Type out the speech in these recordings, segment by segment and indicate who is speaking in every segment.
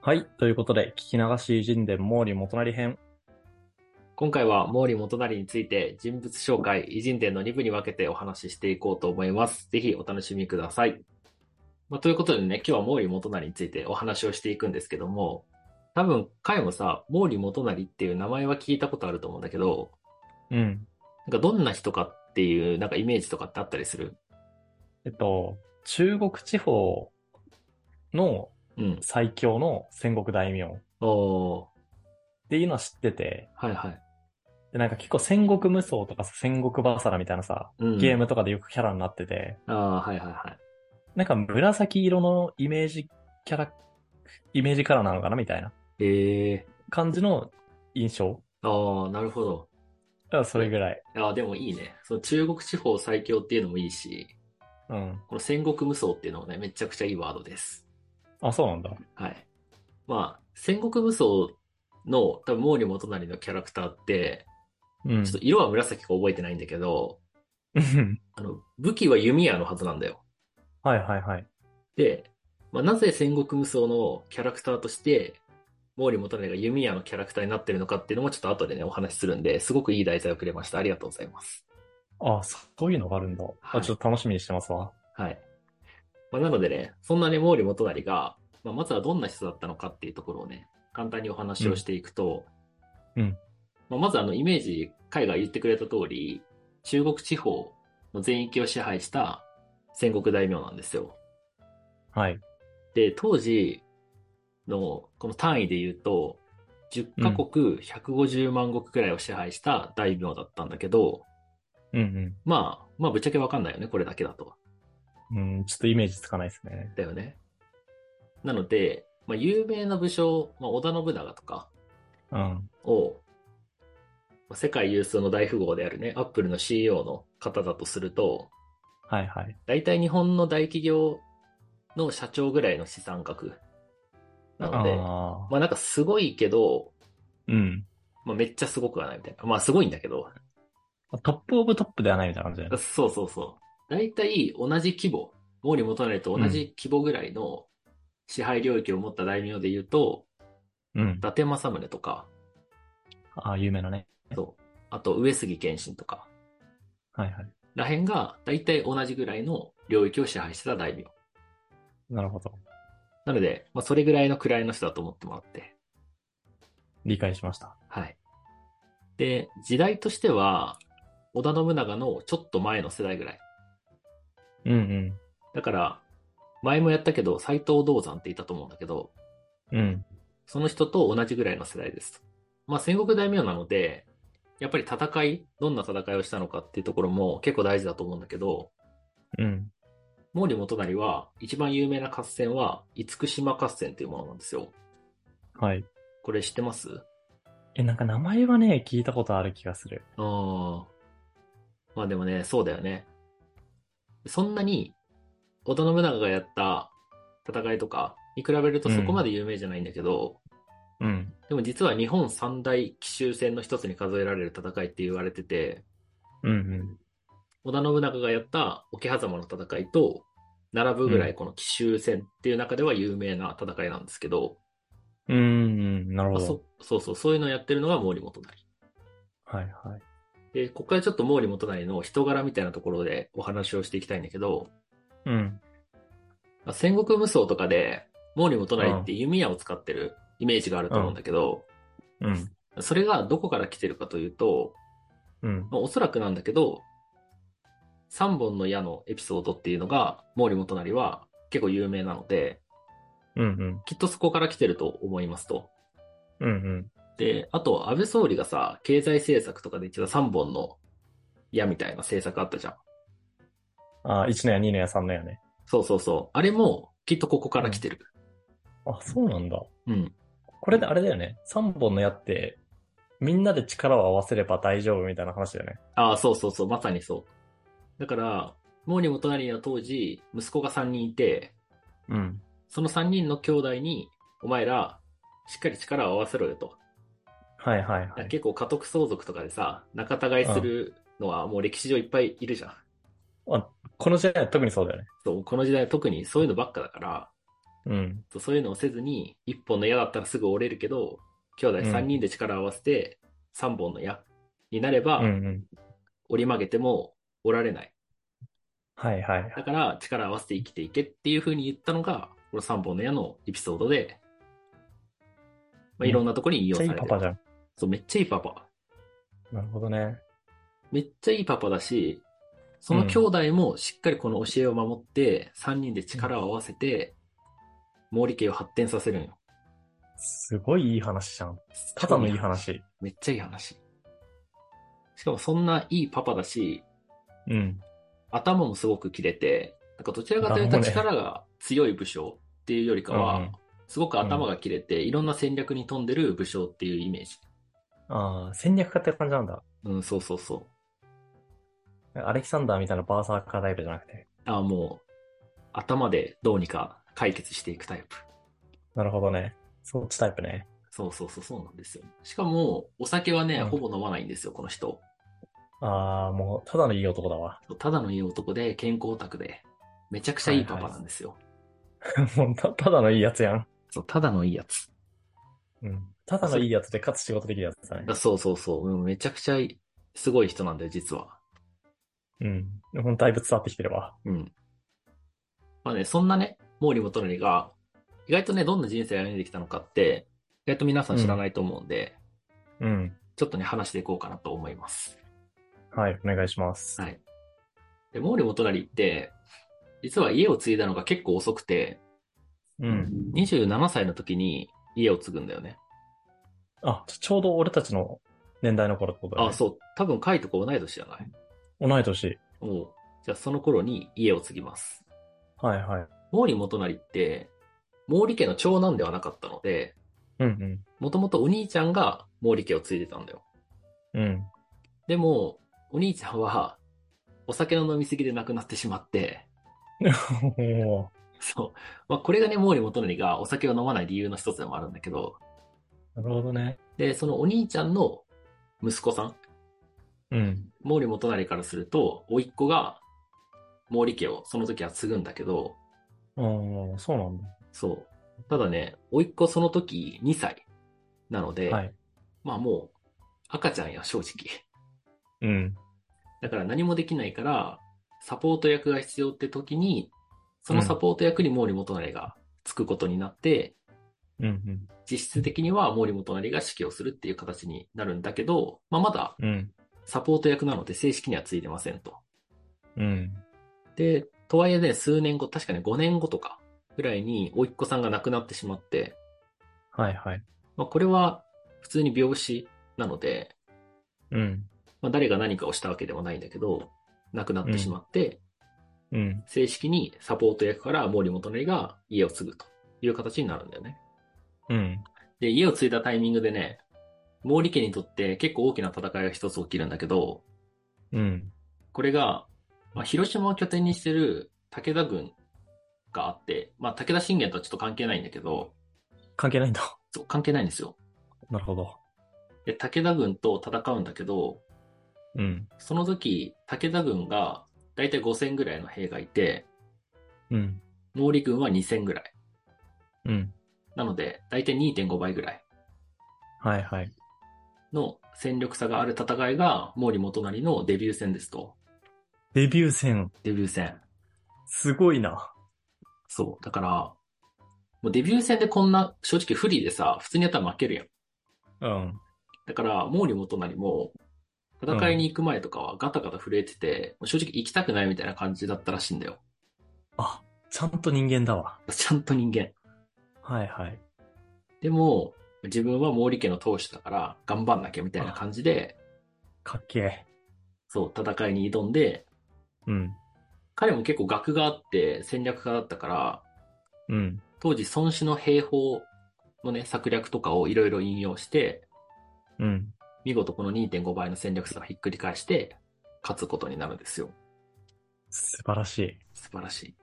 Speaker 1: はい。ということで、聞き流し人伝毛利元就編。
Speaker 2: 今回は毛利元就について人物紹介、偉人伝の2部に分けてお話ししていこうと思います。ぜひお楽しみください。まあ、ということでね、今日は毛利元就についてお話をしていくんですけども、多分、回もさ、毛利元就っていう名前は聞いたことあると思うんだけど、
Speaker 1: うん。
Speaker 2: なんかどんな人かっていう、なんかイメージとかってあったりする
Speaker 1: えっと、中国地方の
Speaker 2: うん。
Speaker 1: 最強の戦国大名っ
Speaker 2: おー、
Speaker 1: ていうのは知ってて、
Speaker 2: はいはい。
Speaker 1: で、なんか結構戦国無双とかさ戦国バサラみたいなさ、
Speaker 2: うん、
Speaker 1: ゲームとかでよくキャラになってて、
Speaker 2: あー、はいはいはい。
Speaker 1: なんか紫色のイメージキャラ、イメージカラーなのかなみたいな
Speaker 2: ええ
Speaker 1: 感じの印象。
Speaker 2: ー、あー、なるほど。
Speaker 1: だからそれぐらい。
Speaker 2: あー、でもいいね。その中国地方最強っていうのもいいし、
Speaker 1: うん。
Speaker 2: この戦国無双っていうのもね、めちゃくちゃいいワードです。
Speaker 1: あ、そうなんだ。
Speaker 2: はい。まあ、戦国無双の多分毛利元就のキャラクターって、
Speaker 1: うん
Speaker 2: ちょっ。と色は紫か覚えてないんだけど、
Speaker 1: うん
Speaker 2: あの、武器は弓矢のはずなんだよ。
Speaker 1: はいはいはい。
Speaker 2: で、まあ、なぜ戦国無双のキャラクターとして、毛利元就が弓矢のキャラクターになってるのかっていうのもちょっと後でね、お話しするんで、すごくいい題材をくれました。ありがとうございます。
Speaker 1: あ、そういうのがあるんだ。
Speaker 2: は
Speaker 1: あ、
Speaker 2: い
Speaker 1: ちょっと楽しみにしてますわ。
Speaker 2: はい。まあ、なのでね、そんなね、毛利元就が、まあ、まずはどんな人だったのかっていうところをね、簡単にお話をしていくと、
Speaker 1: うんうん
Speaker 2: まあ、まずあの、イメージ、海が言ってくれた通り、中国地方の全域を支配した戦国大名なんですよ。
Speaker 1: はい。
Speaker 2: で、当時のこの単位で言うと、10カ国150万国くらいを支配した大名だったんだけど、
Speaker 1: うん
Speaker 2: まあ、まあ、ぶっちゃけわかんないよね、これだけだと。
Speaker 1: うん。うん、ちょっとイメージつかないですね。
Speaker 2: だよね。なので、まあ、有名な武将、まあ、織田信長とか
Speaker 1: うん。
Speaker 2: を、まあ世界有数の大富豪であるね、アップルの CEO の方だとすると、
Speaker 1: はいはい。
Speaker 2: 大体日本の大企業の社長ぐらいの資産額。なので、
Speaker 1: ああ。
Speaker 2: まあなんかすごいけど、
Speaker 1: うん。
Speaker 2: まあめっちゃすごくはないみたいな。まあすごいんだけど、
Speaker 1: トップオブトップではないみたいな感じだよね。
Speaker 2: そうそうそう。大体同じ規模、毛利元就と同じ規模ぐらいの支配領域を持った大名で言うと、
Speaker 1: うん
Speaker 2: 伊。達政宗とか、
Speaker 1: ああ、有名なね。
Speaker 2: そう。あと、上杉謙信とか、
Speaker 1: はいはい。
Speaker 2: らへんが、大体同じぐらいの領域を支配してた大名。
Speaker 1: なるほど。
Speaker 2: なので、まあ、それぐらいの位の人だと思ってもらって。
Speaker 1: 理解しました。
Speaker 2: はい。で、時代としては、織田信長のちょっと前の世代ぐらい。
Speaker 1: うん
Speaker 2: だから、前もやったけど、斎藤道山っていたと思うんだけど、
Speaker 1: うん。うん。
Speaker 2: その人と同じぐらいの世代ですと。まあ、戦国大名なので、やっぱり戦い、どんな戦いをしたのかっていうところも結構大事だと思うんだけど、
Speaker 1: うん。
Speaker 2: 毛利元就は、一番有名な合戦は、厳島合戦というものなんですよ。
Speaker 1: はい。
Speaker 2: これ知ってます
Speaker 1: え、なんか名前はね、聞いたことある気がする。
Speaker 2: ああ。まあでもね、そうだよね。そんなに、織田信長がやった戦いとかに比べるとそこまで有名じゃないんだけど、
Speaker 1: うん。
Speaker 2: でも実は日本三大奇襲戦の一つに数えられる戦いって言われてて、
Speaker 1: うんうん。
Speaker 2: 織田信長がやった桶狭間の戦いと、並ぶぐらいこの奇襲戦っていう中では有名な戦いなんですけど、
Speaker 1: うーん、なるほ
Speaker 2: まあ
Speaker 1: ど。
Speaker 2: そそうそう、そういうのをやってるのが毛利元就。
Speaker 1: はいはい。
Speaker 2: で、ここからちょっと毛利元就の人柄みたいなところでお話をしていきたいんだけど、
Speaker 1: うん。
Speaker 2: まあ戦国無双とかで毛利元就って弓矢を使ってるイメージがあると思うんだけど、
Speaker 1: うん。
Speaker 2: それがどこから来てるかというと、
Speaker 1: うん。
Speaker 2: まあおそらくなんだけど、3本の矢のエピソードっていうのが毛利元就は結構有名なので、
Speaker 1: うんうん。
Speaker 2: きっとそこから来てると思いますと。
Speaker 1: うんうん。
Speaker 2: で、あと安倍総理がさ、経済政策とかで言ってた3本の矢みたいな政策あったじゃん。
Speaker 1: ああ、1のや2のや3のやね。
Speaker 2: そうそうそう。あれも、きっとここから来てる。
Speaker 1: あ、そうなんだ。
Speaker 2: うん。
Speaker 1: これであれだよね。3本の矢って、みんなで力を合わせれば大丈夫みたいな話だよね。
Speaker 2: ああ、そうそうそう、まさにそう。だから、毛利元就は当時、息子が3人いて、
Speaker 1: うん。
Speaker 2: その3人の兄弟に、お前ら、しっかり力を合わせろよと。
Speaker 1: はいはいはい。
Speaker 2: 結構家督相続とかでさ、仲違いするのはもう歴史上いっぱいいるじゃん。
Speaker 1: この時代は特にそうだよね。
Speaker 2: そう、この時代は特にそういうのばっかだから、
Speaker 1: うん。
Speaker 2: とそういうのをせずに、1本の矢だったらすぐ折れるけど、兄弟
Speaker 1: うん
Speaker 2: 3人で力を合わせて、3本の矢になれば、
Speaker 1: うんうん。
Speaker 2: 折り曲げても折られない。
Speaker 1: はいはいはい。
Speaker 2: だから力を合わせて生きていけっていう風に言ったのが、この3本の矢のエピソードで、まあ、いろんなところに引
Speaker 1: めっ
Speaker 2: 用
Speaker 1: ち
Speaker 2: さ
Speaker 1: ゃいい
Speaker 2: れてる。
Speaker 1: パパじゃん。
Speaker 2: そう、めっちゃいいパパ。
Speaker 1: なるほどね。
Speaker 2: めっちゃいいパパだし、その兄弟もしっかりこの教えを守って、3人で力を合わせて、毛利家を発展させるんよ。
Speaker 1: すごいいい話じゃん。ただのいい。話。
Speaker 2: めっちゃいい話。しかもそんないいパパだし、
Speaker 1: うん。
Speaker 2: 頭もすごく切れて、なんかどちらかというと
Speaker 1: あもうね
Speaker 2: 力が強い武将っていうよりか
Speaker 1: うんう
Speaker 2: は
Speaker 1: ん、
Speaker 2: すごく頭が切れて、いろんな戦略に富んでる武将っていうイメージ。
Speaker 1: ああ、戦略家って感じなんだ。
Speaker 2: うん、そうそうそう。
Speaker 1: アレキサンダーみたいなバーサーカータイプじゃなくて。
Speaker 2: あもう、頭でどうにか解決していくタイプ。
Speaker 1: なるほどね。そっちタイプね。
Speaker 2: そうそうそう、そうなんですよ。しかも、お酒はね、
Speaker 1: うん
Speaker 2: ほぼ飲まないんですよ、この人。
Speaker 1: ああ、もう、ただのいい男だわ。
Speaker 2: ただのいい男で、健康オタクで、めちゃくちゃいいパパなんですよ。
Speaker 1: もうた、ただのいいやつやん。
Speaker 2: そう、ただのいいやつ。
Speaker 1: うん。ただのいいやつで、かつ仕事できるやつだね。
Speaker 2: あそうそうそう、うん、めちゃくちゃいいすごい人なんだよ、実は。
Speaker 1: うん。ほんとだいぶ伝わってきてるわ。
Speaker 2: うん。まあね、そんなね、毛利元就が、意外とね、どんな人生を歩んできたのかって、意外と皆さん知らないと思うんで、
Speaker 1: うん。
Speaker 2: ちょっとね、話していこうかなと思います。
Speaker 1: はい、お願いします。
Speaker 2: はい。で、毛利元就って、実は家を継いだのが結構遅くて、
Speaker 1: うん。
Speaker 2: 27歳の時に家を継ぐんだよね。
Speaker 1: あ、ちょちょうど俺たちの年代の頃ってことだ、ね。
Speaker 2: あ、そう。多分、カイとか同い年じゃない
Speaker 1: 同い年。
Speaker 2: おうじゃあ、その頃に家を継ぎます。
Speaker 1: はいはい。
Speaker 2: 毛利元就って、毛利家の長男ではなかったので、
Speaker 1: うん
Speaker 2: もともとお兄ちゃんが毛利家を継いでたんだよ。
Speaker 1: うん。うん。
Speaker 2: でも、お兄ちゃんは、お酒の飲みすぎで亡くなってしまって、
Speaker 1: おー
Speaker 2: そう。まあ、これがね、毛利元就がお酒を飲まない理由の一つでもあるんだけど、
Speaker 1: なるほどね。
Speaker 2: で、そのお兄ちゃんの息子さん、
Speaker 1: うん。
Speaker 2: 毛利元就からすると、甥っ子が毛利家をその時は継ぐんだけど、
Speaker 1: ああ、そうなんだ。
Speaker 2: そう。ただね、甥っ子その時2歳なので、
Speaker 1: はい。
Speaker 2: まあもう赤ちゃんや正直。
Speaker 1: うん。
Speaker 2: だから何もできないから、サポート役が必要って時に、そのサポート役に毛利元就がつくことになって、
Speaker 1: うんうん。
Speaker 2: 実質的には毛利元就が指揮をするっていう形になるんだけど、まあまだ
Speaker 1: うん。
Speaker 2: サポート役なので正式にはついてませんと。
Speaker 1: うん。
Speaker 2: で、とはいえね、数年後、確かね5年後とかぐらいに、甥っ子さんが亡くなってしまって、
Speaker 1: はいはい。
Speaker 2: まあ、これは普通に病死なので、
Speaker 1: うん。
Speaker 2: まあ、誰が何かをしたわけではないんだけど、亡くなってしまって、
Speaker 1: うん。
Speaker 2: 正式にサポート役から毛利元就が家を継ぐという形になるんだよね。
Speaker 1: うん。
Speaker 2: で、家を継いだタイミングでね、毛利家にとって結構大きな戦いが一つ起きるんだけど、
Speaker 1: うん。
Speaker 2: これが、まあ、広島を拠点にしてる武田軍があって、まあ、武田信玄とはちょっと関係ないんだけど、
Speaker 1: 関係ないんだ。
Speaker 2: そう、関係ないんですよ。
Speaker 1: なるほど。
Speaker 2: で、武田軍と戦うんだけど、
Speaker 1: うん。
Speaker 2: その時、武田軍が大体5000ぐらいの兵がいて、
Speaker 1: うん。
Speaker 2: 毛利軍は2000ぐらい。
Speaker 1: うん。
Speaker 2: なので、大体2.5倍ぐらい
Speaker 1: はいはい。
Speaker 2: の戦力差がある戦いが毛利元就のデビュー戦ですと。
Speaker 1: デビュー戦。
Speaker 2: デビュー戦。
Speaker 1: すごいな。
Speaker 2: そう。だから、もうデビュー戦でこんな、正直不利でさ、普通にやったら負けるやん。
Speaker 1: うん。
Speaker 2: だから、毛利元就も、戦いに行く前とかはガタガタ震えてて、もう正直行きたくないみたいな感じだったらしいんだよ。
Speaker 1: あ、ちゃんと人間だわ。
Speaker 2: ちゃんと人間。
Speaker 1: はいはい。
Speaker 2: でも、自分は毛利家の当主だから頑張んなきゃみたいな感じで、
Speaker 1: かっけえ。
Speaker 2: そう、戦いに挑んで、
Speaker 1: うん。
Speaker 2: 彼も結構学があって戦略家だったから、
Speaker 1: うん。
Speaker 2: 当時孫子の兵法のね、策略とかをいろいろ引用して、
Speaker 1: うん。
Speaker 2: 見事この2.5倍の戦略差がひっくり返して、勝つことになるんですよ。
Speaker 1: 素晴らしい。
Speaker 2: 素晴らしい。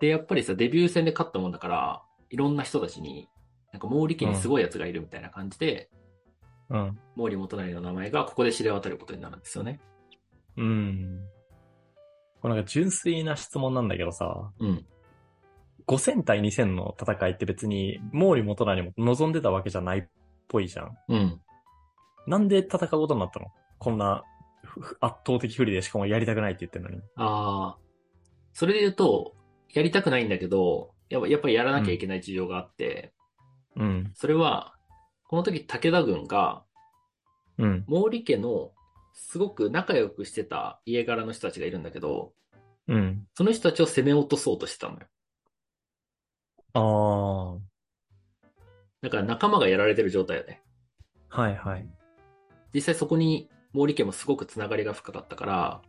Speaker 2: で、やっぱりさ、デビュー戦で勝ったもんだから、いろんな人たちに、なんか毛利家にすごい奴がいるみたいな感じで、
Speaker 1: うん。
Speaker 2: 毛利元就の名前がここで知れ渡ることになるんですよね。
Speaker 1: うん。これなんか純粋な質問なんだけどさ、
Speaker 2: うん。
Speaker 1: 5000対2000の戦いって別に、毛利元就も望んでたわけじゃないっぽいじゃん。
Speaker 2: うん。
Speaker 1: なんで戦うことになったのこんなふふ圧倒的不利でしかもやりたくないって言ってるのに。
Speaker 2: ああ。それで言うと、やりたくないんだけど、やっぱやっぱりやらなきゃいけない事情があって、
Speaker 1: うん。
Speaker 2: それは、この時武田軍が、
Speaker 1: うん。
Speaker 2: 毛利家のすごく仲良くしてた家柄の人たちがいるんだけど、
Speaker 1: うん。
Speaker 2: その人たちを攻め落とそうとしてたのよ。
Speaker 1: ああ。は
Speaker 2: だから仲間がやられてる状態よね。
Speaker 1: いはい。
Speaker 2: 実際そこに毛利家もすごくつながりが深かったから、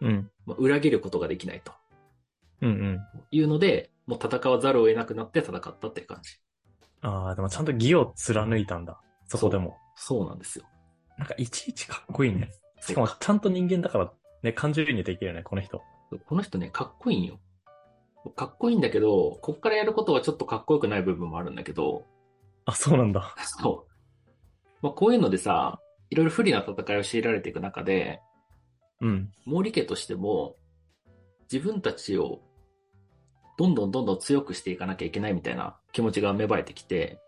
Speaker 1: うん。
Speaker 2: まあ裏切ることができないと
Speaker 1: うんうん。
Speaker 2: いうので、もう戦わざるを得なくなって戦ったっていう感じ。
Speaker 1: ああ、でもちゃんと義を貫いたんだ。そこでも。
Speaker 2: そうなんですよ。
Speaker 1: なんかいちいちかっこいいね。しか
Speaker 2: そう
Speaker 1: もちゃんと人間だからね、感情移入できるよね、この人。
Speaker 2: この人ね、かっこいいんよ。かっこいいんだけど、こっからやることはちょっとかっこよくない部分もあるんだけど、
Speaker 1: あ、そうなんだ。
Speaker 2: そう。まあ、こういうのでさ、いろいろ不利な戦いを強いられていく中で、
Speaker 1: うん。
Speaker 2: 毛利家としても、自分たちを、どんどんどんどん強くしていかなきゃいけないみたいな気持ちが芽生えてきて、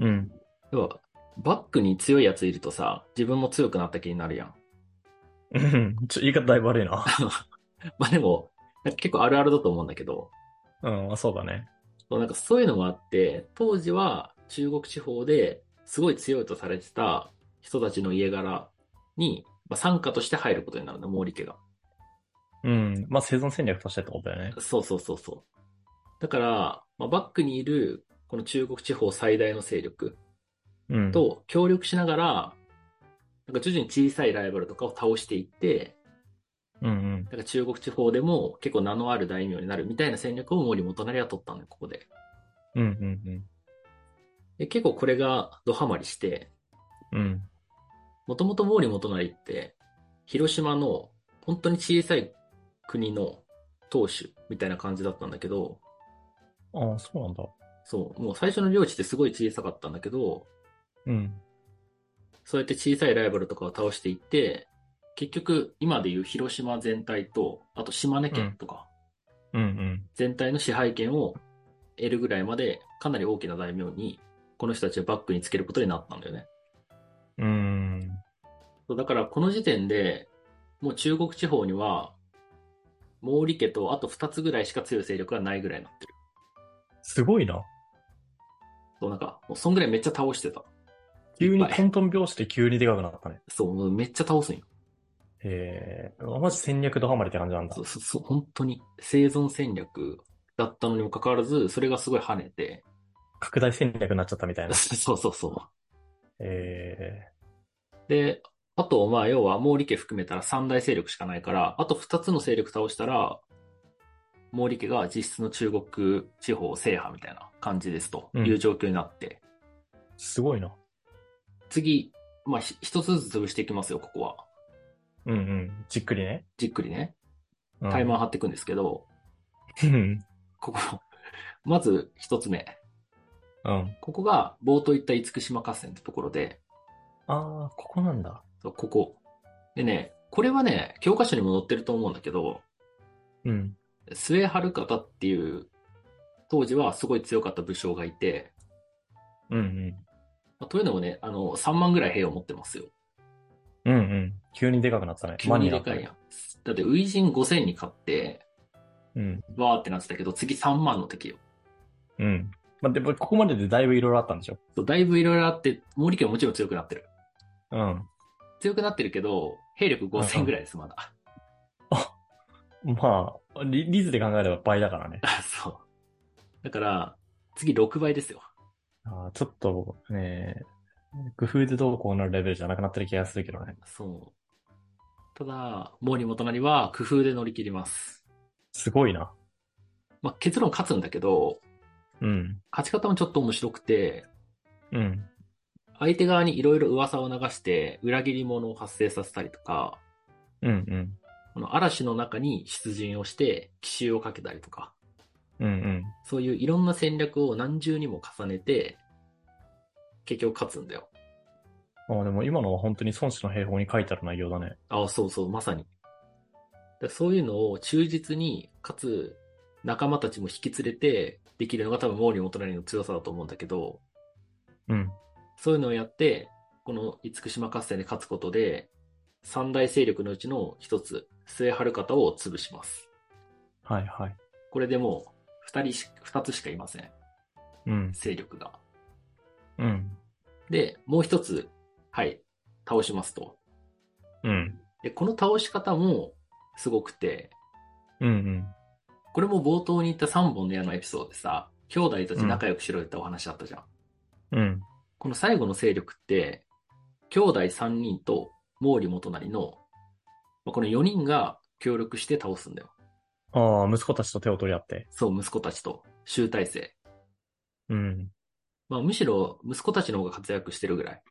Speaker 1: うん。
Speaker 2: 要は、バックに強いやついるとさ、自分も強くなった気になるやん。
Speaker 1: う ん。 ちょ、言い方だいぶ悪いな。
Speaker 2: まあでも、なんか結構あるあるだと思うんだけど、
Speaker 1: うん、あそうだね。
Speaker 2: そうなんかそういうのがあって、当時は中国地方ですごい強いとされてた人たちの家柄に、まあ、参加として入ることになるんだ、毛利家が。
Speaker 1: うん。まあ、生存戦略としてってことだよね。
Speaker 2: そうそうそうそう。だから、まあ、バックにいるこの中国地方最大の勢力
Speaker 1: うん。
Speaker 2: と協力しながら、なんか徐々に小さいライバルとかを倒していって、
Speaker 1: うんうん。
Speaker 2: なんか中国地方でも結構名のある大名になるみたいな戦略を毛利元就は取ったんだよ、ここで。
Speaker 1: うんうん
Speaker 2: で結構これがドハマりして、
Speaker 1: うん。うん。
Speaker 2: もともと毛利元就って、広島の本当に小さい国の当主みたいな感じだったんだけど、
Speaker 1: ああ、そうなんだ。
Speaker 2: そう、もう最初の領地ってすごい小さかったんだけど、
Speaker 1: うん。
Speaker 2: そうやって小さいライバルとかを倒していって、結局今でいう広島全体と、あと島根県とか、
Speaker 1: うんうん。
Speaker 2: 全体の支配権を得るぐらいまで、かなり大きな大名に、この人たちをバックにつけることになったんだよね。
Speaker 1: うーん。
Speaker 2: そうだからこの時点でもう中国地方には毛利家とあと2つぐらいしか強い勢力がないぐらいになってる
Speaker 1: すごいな。
Speaker 2: そうなんかもうそんぐらいめっちゃ倒してた
Speaker 1: 急
Speaker 2: い
Speaker 1: に
Speaker 2: っぱい
Speaker 1: トントン拍子で急にでかくなったね。
Speaker 2: そうもうめっちゃ倒すんよ
Speaker 1: へえ。マジ戦略とハマりって感じなんだ
Speaker 2: そ。うそうそう本当に生存戦略だったのにもかかわらずそれがすごい跳ねて
Speaker 1: 拡大戦略になっちゃったみたいな。
Speaker 2: そうそうそ
Speaker 1: え
Speaker 2: うであとまあ要は毛利家含めたら三大勢力しかないからあと2つの勢力倒したら毛利家が実質の中国地方を制覇みたいな感じですという状況になって、
Speaker 1: ー、すごいな。
Speaker 2: 次、まあ、ひ一つずつ潰していきますよ、ここは。
Speaker 1: うんうん。じっくりね。
Speaker 2: じっくりね。
Speaker 1: うん
Speaker 2: タイマー張っていくんですけど、
Speaker 1: うん。
Speaker 2: ここ、まず一つ目。
Speaker 1: うん。
Speaker 2: ここが冒頭言った厳島合戦ってところで、
Speaker 1: ああ、ここなんだ。
Speaker 2: そうここ。でね、これはね、教科書にも載ってると思うんだけど、
Speaker 1: うん。
Speaker 2: 末春方っていう、当時はすごい強かった武将がいて、
Speaker 1: うん
Speaker 2: まあというのもね、あの、3万ぐらい兵を持ってますよ。
Speaker 1: うん。うんうん。急にでかくなったね。
Speaker 2: 急に
Speaker 1: マ
Speaker 2: で
Speaker 1: ニアだ
Speaker 2: か
Speaker 1: っ
Speaker 2: いやん。だって、初陣5000に勝って、
Speaker 1: たね。
Speaker 2: わーってなってたけど、次3万の敵よ。
Speaker 1: うん。うん。まあ、でも、ここまででだいぶいろいろあったんでしょ
Speaker 2: そうだいぶいろいろあって、毛利家ももちろん強くなってる。
Speaker 1: うん。
Speaker 2: 強くなってるけど、兵力5000ぐらいです、ま だ。
Speaker 1: まあ、リリズで考えれば倍だからね。
Speaker 2: あそう。だから、次6倍ですよ。
Speaker 1: あーちょっとね、工夫でどうこうなるレベルじゃなくなってる気がするけどね。
Speaker 2: そう。ただ、毛利元就は工夫で乗り切ります。
Speaker 1: すごいな。
Speaker 2: まあ、結論勝つんだけど、
Speaker 1: うん。
Speaker 2: 勝ち方もちょっと面白くて、
Speaker 1: うん。
Speaker 2: 相手側にいろいろ噂を流して、裏切り者を発生させたりとか、
Speaker 1: うん
Speaker 2: この嵐の中に出陣をして、奇襲をかけたりとか、
Speaker 1: うん。うん
Speaker 2: そういういろんな戦略を何重にも重ねて、結局勝つんだよ。
Speaker 1: うん。あでも今のは本当に孫子の兵法に書いてある内容だね。
Speaker 2: あそうそう、まさに。だそういうのを忠実に、かつ、仲間たちも引き連れてできるのが多分毛利元就の強さだと思うんだけど、
Speaker 1: うん。
Speaker 2: そういうのをやって、この厳島合戦で勝つことで、三大勢力のうちの一つ、末春方を潰します。
Speaker 1: はいはい。
Speaker 2: これでもう、二人し、二つしかいません。
Speaker 1: うん。
Speaker 2: 勢力が。
Speaker 1: うん。
Speaker 2: で、もう一つ、はい、倒しますと。
Speaker 1: うん。
Speaker 2: で、この倒し方も、すごくて、
Speaker 1: うんうん。
Speaker 2: これも冒頭に言った三本の矢のエピソードでさ、兄弟たち仲良くしろよってお話だったじゃん。
Speaker 1: うん。
Speaker 2: この最後の勢力って、兄弟3人と毛利元就の、まあ、この4人が協力して倒すんだよ。
Speaker 1: ああ、息子たちと手を取り合って。
Speaker 2: そう、息子たちと集大成。
Speaker 1: うん。
Speaker 2: まあ、むしろ息子たちの方が活躍してるぐらい。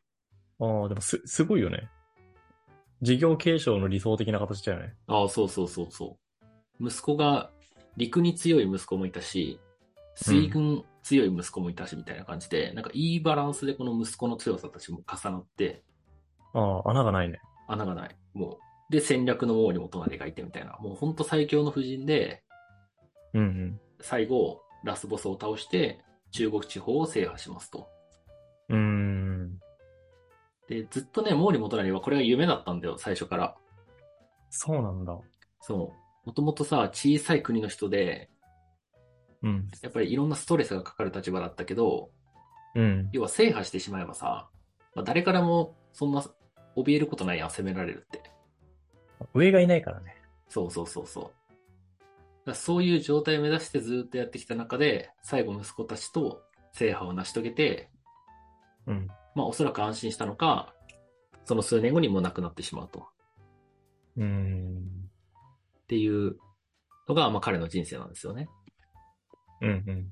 Speaker 1: ああ、でもす、すごいよね。事業継承の理想的な形だよね。
Speaker 2: ああ、そうそうそうそう。息子が、陸に強い息子もいたし、水軍強い息子もいたし、みたいな感じで、なんかいいバランスでこの息子の強さたちも重なって、
Speaker 1: ああ、穴がないね。
Speaker 2: 穴がない。もう。で、戦略の王に元就がいてみたいな。もうほんと最強の布陣で、
Speaker 1: うんうん。
Speaker 2: 最後、ラスボスを倒して、中国地方を制覇しますと。
Speaker 1: うーん。
Speaker 2: で、ずっとね、毛利元就はこれが夢だったんだよ、最初から。
Speaker 1: そうなんだ。
Speaker 2: そう。もともとさ、小さい国の人で、
Speaker 1: うん。
Speaker 2: やっぱりいろんなストレスがかかる立場だったけど、
Speaker 1: うん。
Speaker 2: 要は制覇してしまえばさ、まあ、誰からもそんな怯えることないやん、攻められるって。
Speaker 1: 上がいないからね。
Speaker 2: そうそうそうそう。だからそういう状態を目指してずっとやってきた中で、最後息子たちと制覇を成し遂げて、
Speaker 1: うん。
Speaker 2: まあおそらく安心したのか、その数年後にもう亡くなってしまうと。
Speaker 1: うーん。
Speaker 2: っていうのが、まあ彼の人生なんですよね。
Speaker 1: うんうん。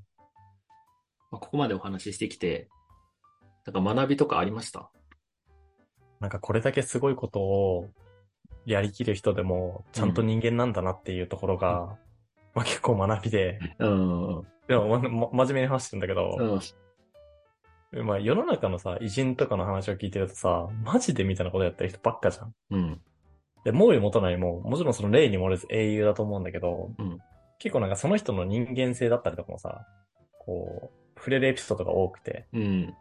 Speaker 2: まあ、ここまでお話ししてきて、なんか学びとかありました
Speaker 1: なんかこれだけすごいことをやりきる人でも、ちゃんと人間なんだなっていうところが、まあ結構学びで、
Speaker 2: うん。うん。
Speaker 1: でも、ま、ま真面目に話してるんだけど、まあ世の中のさ、偉人とかの話を聞いてるとさ、マジでみたいなことやってる人ばっかじゃん。
Speaker 2: うん。
Speaker 1: で、毛利元就も、もちろんその例に漏れず英雄だと思うんだけど、
Speaker 2: うん
Speaker 1: 結構なんかその人の人間性だったりとかもさ、こう、触れるエピソードが多くて、
Speaker 2: うん。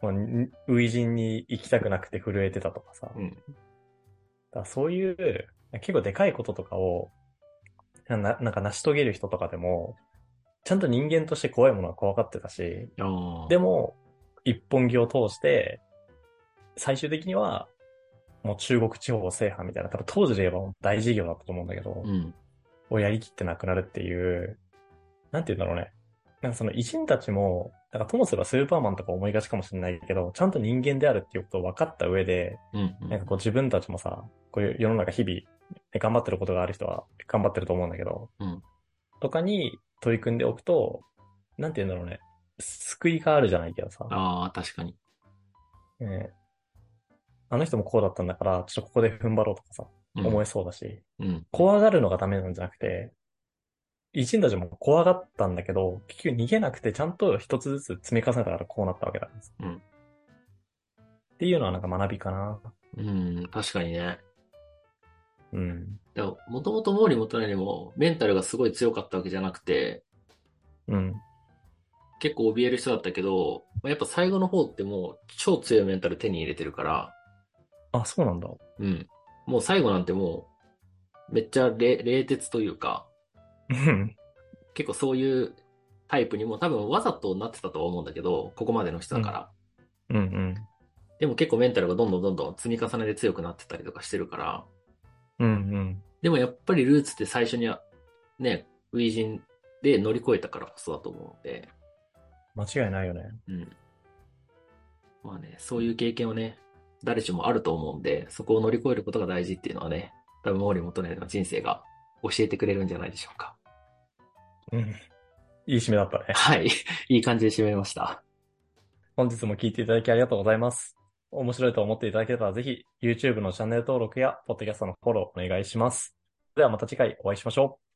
Speaker 1: まあ、に初陣に行きたくなくて震えてたとかさ、
Speaker 2: うん
Speaker 1: だからそういう、結構でかいこととかを、ななんか成し遂げる人とかでも、ちゃんと人間として怖いものは怖がってたし、
Speaker 2: ああ。
Speaker 1: でも、一本木を通して、最終的には、もう中国地方制覇みたいな、多分当時で言えばもう大事業だったと思うんだけど、
Speaker 2: うん。
Speaker 1: をやりきってなくなるっていう、なんて言うんだろうね。なんかその偉人たちも、なんかともすればスーパーマンとか思いがちかもしれないけど、ちゃんと人間であるっていうことを分かった上で、
Speaker 2: うん。
Speaker 1: なんかこう自分たちもさ、こういう世の中日々、ね頑張ってることがある人は頑張ってると思うんだけど、
Speaker 2: うん
Speaker 1: とかに取り組んでおくと、なんて言うんだろうね。救いがあるじゃないけどさ、
Speaker 2: ああ、確かに。
Speaker 1: ねあの人もこうだったんだから、ちょっとここで踏ん張ろうとかさ、
Speaker 2: うん
Speaker 1: 思えそうだし、
Speaker 2: うん。
Speaker 1: 怖がるのがダメなんじゃなくて、偉人たちも怖がったんだけど、結局逃げなくてちゃんと一つずつ積み重ねたからこうなったわけだ。
Speaker 2: うん
Speaker 1: っていうのはなんか学びかな。
Speaker 2: うん。確かにね。
Speaker 1: うん。
Speaker 2: でも、もともと毛利元就もメンタルがすごい強かったわけじゃなくて、
Speaker 1: うん。
Speaker 2: 結構怯える人だったけど、まあやっぱ最後の方ってもう超強いメンタル手に入れてるから、
Speaker 1: あ、そうなんだ。
Speaker 2: うん。もう最後なんてもう、めっちゃ冷冷徹というか、
Speaker 1: うん。
Speaker 2: 結構そういうタイプにも多分わざとなってたとは思うんだけど、ここまでの人だから。
Speaker 1: うんうん。
Speaker 2: でも結構メンタルがどんどんどんどん積み重ねで強くなってたりとかしてるから、
Speaker 1: うんうん。
Speaker 2: でもやっぱりルーツって最初には、ね、初陣で乗り越えたからこそだと思うので、
Speaker 1: 間違いないよね。
Speaker 2: うん。まあね、そういう経験をね、誰しもあると思うんで、そこを乗り越えることが大事っていうのはね、多分毛利元就の人生が教えてくれるんじゃないでしょうか。
Speaker 1: うん。いい締めだったね。
Speaker 2: はい。 いい感じで締めました。
Speaker 1: 本日も聞いていただきありがとうございます。面白いと思っていただければぜひ YouTube のチャンネル登録や Podcast のフォローお願いします。ではまた次回お会いしましょう。